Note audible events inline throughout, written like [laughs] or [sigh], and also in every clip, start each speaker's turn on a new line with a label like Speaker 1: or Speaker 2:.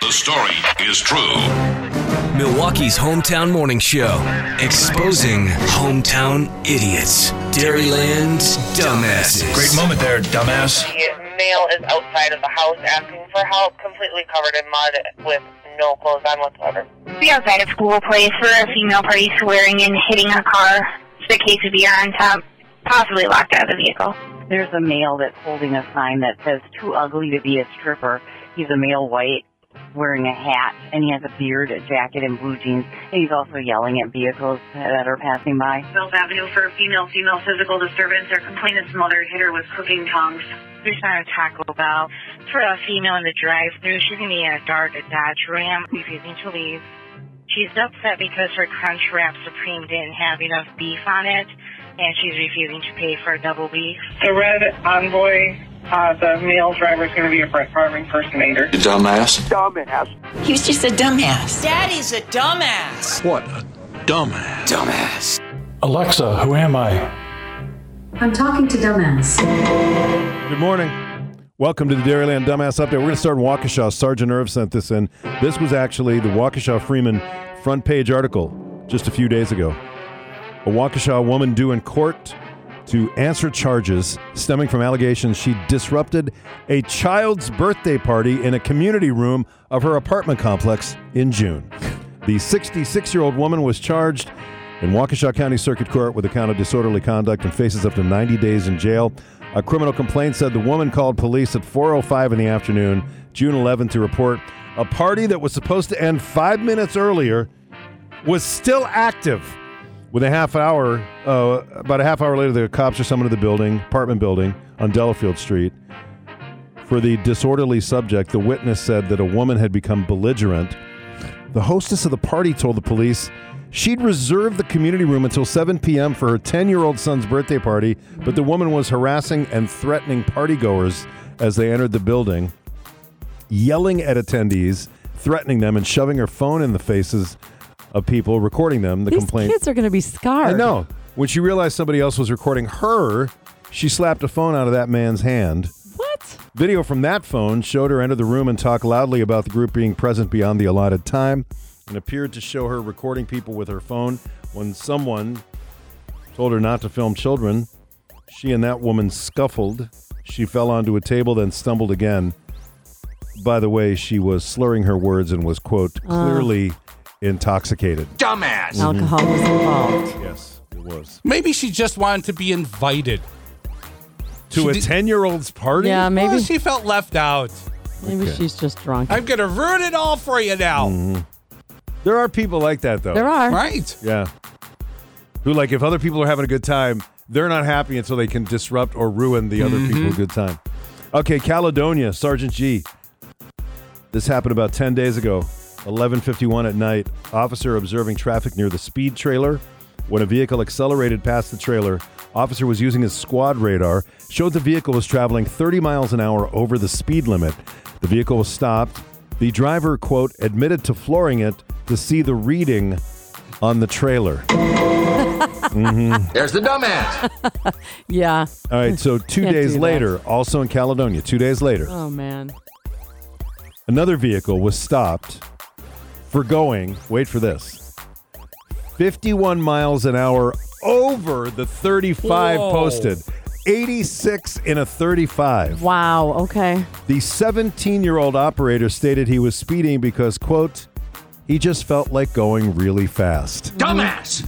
Speaker 1: the story is true.
Speaker 2: Milwaukee's hometown morning show, exposing hometown idiots, Dairyland's dumbasses.
Speaker 3: Great moment there, dumbass.
Speaker 4: The male is outside of the house asking for help, completely covered in mud with no clothes on whatsoever.
Speaker 5: be outside of school place where a female party swearing and hitting a car. The case of beer on top, possibly locked out of the vehicle.
Speaker 6: There's a male that's holding a sign that says "Too ugly to be a stripper." He's a male white, wearing a hat, and he has a beard, a jacket, and blue jeans. And he's also yelling at vehicles that are passing by.
Speaker 7: Mills Avenue for a female female physical disturbance. Her complainant's mother hit her with cooking tongs.
Speaker 8: There's not a Taco Bell. For a female in the drive through she's going to be in a dark Dodge Ram, refusing to leave. She's upset because her Crunch Wrap Supreme didn't have enough beef on it, and she's refusing to pay for a double beef.
Speaker 9: The red envoy, uh, the male driver is going to be a Brett Favre impersonator.
Speaker 10: Dumbass.
Speaker 9: Dumbass.
Speaker 11: He was just a dumbass.
Speaker 12: Daddy's a dumbass.
Speaker 3: What a dumbass.
Speaker 2: Dumbass.
Speaker 3: Alexa, who am I?
Speaker 12: I'm talking to dumbass.
Speaker 13: Good morning. Welcome to the Dairyland Dumbass Update. We're going to start in Waukesha. Sergeant Irv sent this in. This was actually the Waukesha Freeman front page article just a few days ago. A Waukesha woman due in court to answer charges stemming from allegations she disrupted a child's birthday party in a community room of her apartment complex in June. [laughs] The 66 year old woman was charged in Waukesha County Circuit Court with a count of disorderly conduct and faces up to 90 days in jail. A criminal complaint said the woman called police at 4:05 in the afternoon, June 11, to report a party that was supposed to end five minutes earlier was still active. With a half hour, uh, about a half hour later, the cops are summoned to the building, apartment building on Delafield Street. For the disorderly subject, the witness said that a woman had become belligerent. The hostess of the party told the police she'd reserved the community room until 7 p.m. for her 10 year old son's birthday party, but the woman was harassing and threatening partygoers as they entered the building, yelling at attendees, threatening them, and shoving her phone in the faces of people, recording them. The
Speaker 14: These
Speaker 13: complaint.
Speaker 14: kids are going to be scarred.
Speaker 13: I know. When she realized somebody else was recording her, she slapped a phone out of that man's hand.
Speaker 14: What?
Speaker 13: Video from that phone showed her enter the room and talk loudly about the group being present beyond the allotted time and appeared to show her recording people with her phone. When someone told her not to film children, she and that woman scuffled. She fell onto a table, then stumbled again. By the way, she was slurring her words and was, quote,
Speaker 14: Oh.
Speaker 13: clearly intoxicated.
Speaker 15: Dumbass.
Speaker 14: Alcohol was involved.
Speaker 13: Yes, it was.
Speaker 15: Maybe she just wanted to be invited
Speaker 13: To a 10 year old's party?
Speaker 14: Yeah, maybe.
Speaker 15: Well, she felt left out.
Speaker 14: Maybe she's just drunk.
Speaker 15: I'm gonna ruin it all for you now.
Speaker 13: There are people like that, though.
Speaker 14: There are.
Speaker 15: Right?
Speaker 13: Yeah. Who like if other people are having a good time, they're not happy until they can disrupt or ruin the other
Speaker 14: Mm-hmm.
Speaker 13: people's good time. Okay, Caledonia, Sergeant G. This happened about 10 days ago, 11:51 at night. Officer observing traffic near the speed trailer when a vehicle accelerated past the trailer. Officer was using his squad radar, showed the vehicle was traveling 30 miles an hour over the speed limit. The vehicle was stopped. The driver, quote, admitted to flooring it to see the reading on the trailer.
Speaker 10: There's the dumbass.
Speaker 14: Yeah.
Speaker 13: All right, so two
Speaker 14: Can't
Speaker 13: days
Speaker 14: do that.
Speaker 13: later, also in Caledonia, two days later,
Speaker 14: Oh man.
Speaker 13: another vehicle was stopped for going, wait for this, 51 miles an hour over the 35
Speaker 14: Whoa.
Speaker 13: posted, 86 in a 35.
Speaker 14: Wow. Okay.
Speaker 13: The 17 year old operator stated he was speeding because, quote, he just felt like going really fast.
Speaker 10: Dumbass.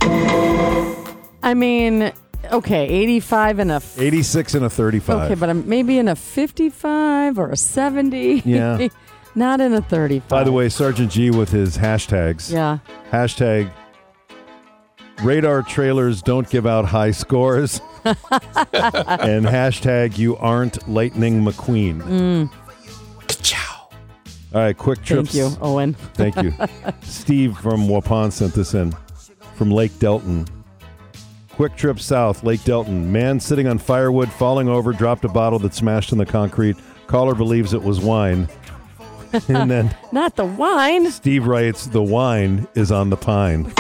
Speaker 14: I mean, okay, 85 and a. F-
Speaker 13: 86 in a 35.
Speaker 14: okay, but I'm maybe in a 55 or a 70.
Speaker 13: Yeah.
Speaker 14: [laughs] Not in a 35.
Speaker 13: By the way, Sergeant G with his hashtags.
Speaker 14: Yeah.
Speaker 13: Hashtag radar trailers don't give out high
Speaker 14: [laughs]
Speaker 13: scores. and hashtag you aren't Lightning McQueen.
Speaker 15: Ciao.
Speaker 13: All right, quick trips.
Speaker 14: Mm. Thank you, Owen.
Speaker 13: Thank
Speaker 14: [laughs]
Speaker 13: you. Steve from Waupon sent this in from Lake Delton. Quick trip south, Lake Delton. Man sitting on firewood, falling over, dropped a bottle that smashed in the concrete. Caller believes it was
Speaker 14: [laughs]
Speaker 13: wine. and then
Speaker 14: Not the wine.
Speaker 13: Steve writes, "The wine is on the pine."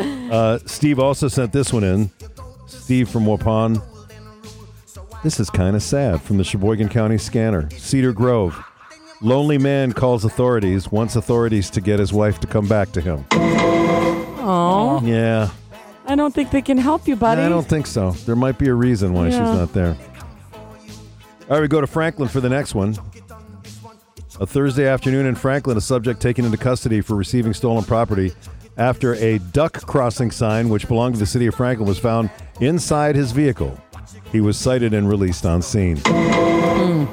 Speaker 13: uh, Steve also sent this one in. Steve from Waupon. This is kind of sad from the Sheboygan County Scanner, Cedar Grove. Lonely man calls authorities, wants authorities to get his wife to come back to him.
Speaker 14: Oh,
Speaker 13: Yeah.
Speaker 14: I don't think they can help you, buddy.
Speaker 13: I don't think so. There might be a reason why she's
Speaker 14: Yeah.
Speaker 13: not there. All right, we go to Franklin for the next one. A Thursday afternoon in Franklin, a subject taken into custody for receiving stolen property after a duck crossing sign, which belonged to the city of Franklin, was found inside his vehicle. He was cited and released on scene. [laughs]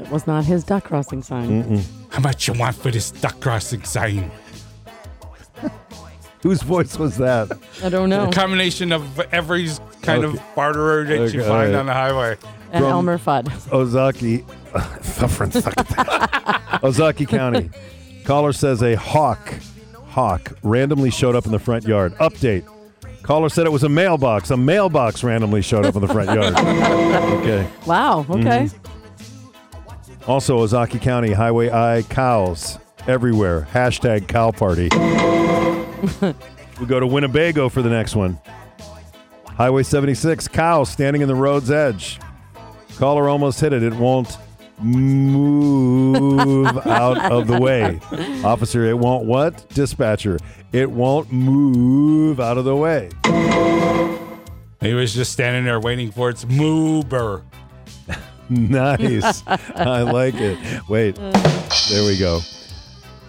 Speaker 14: It was not his duck crossing sign.
Speaker 13: Mm-mm.
Speaker 15: [laughs] How much you want for this duck crossing sign?
Speaker 13: Whose voice was that?
Speaker 14: I don't know.
Speaker 15: A combination of every kind
Speaker 13: Okay.
Speaker 15: of barterer that you
Speaker 13: Okay,
Speaker 15: find
Speaker 13: alright.
Speaker 15: on the highway.
Speaker 14: And Elmer Fudd.
Speaker 13: Ozaki, [laughs] suffering Ozaki County. Caller says a hawk, hawk randomly showed up in the front yard. Update. Caller said it was a mailbox. A mailbox randomly showed up in the front yard. Okay.
Speaker 14: Wow. Okay.
Speaker 13: Mm-hmm. Also, Ozaki County Highway I cows everywhere. Hashtag cow party. [laughs] we go to Winnebago for the next one. Highway 76 cow standing in the road's edge. Caller almost hit it. It won't move out of the way. Officer, it won't what? Dispatcher, it won't move out of the way.
Speaker 15: He was just standing there waiting for its moober.
Speaker 13: [laughs] Nice. I like it. Wait. There we go.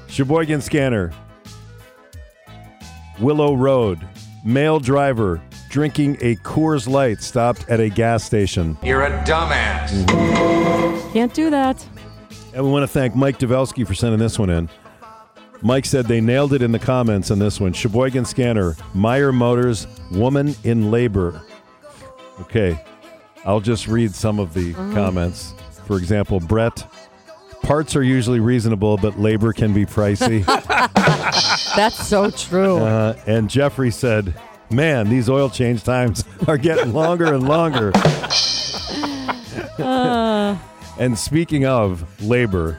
Speaker 13: Sheboygan Scanner. Willow Road. Male driver drinking a Coors Light stopped at a gas station.
Speaker 2: You're a dumbass.
Speaker 14: Can't do that.
Speaker 13: And we want to thank Mike Develski for sending this one in. Mike said they nailed it in the comments on this one. Sheboygan Scanner, Meyer Motors, Woman in Labor. Okay, I'll just read some of the
Speaker 2: Mhm.
Speaker 13: comments. For example, Brett, parts are usually reasonable, but labor can be pricey.
Speaker 14: That's so true.
Speaker 13: Uh, and Jeffrey said, Man, these oil change times are getting longer and longer.
Speaker 14: Uh,
Speaker 13: And speaking of labor,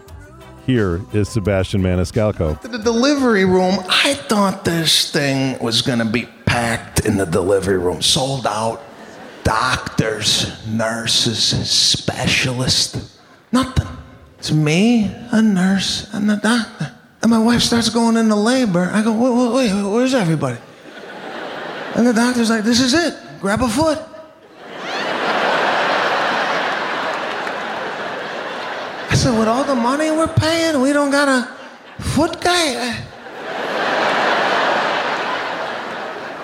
Speaker 13: here is Sebastian Maniscalco.
Speaker 1: To the delivery room, I thought this thing was going to be packed in the delivery room, sold out. Doctors, nurses, specialists, nothing. It's me, a nurse, and a doctor. And my wife starts going into labor. I go, wait, wait, wait, where's everybody? And the doctor's like, this is it. Grab a foot. I said, with all the money we're paying, we don't got a foot guy.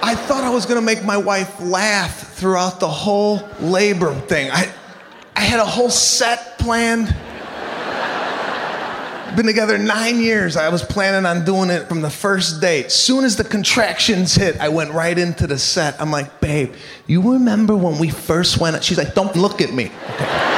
Speaker 1: I thought I was gonna make my wife laugh throughout the whole labor thing. I, I had a whole set planned. Been together nine years. I was planning on doing it from the first date. Soon as the contractions hit, I went right into the set. I'm like, babe, you remember when we first went? She's like, don't look at me. Okay.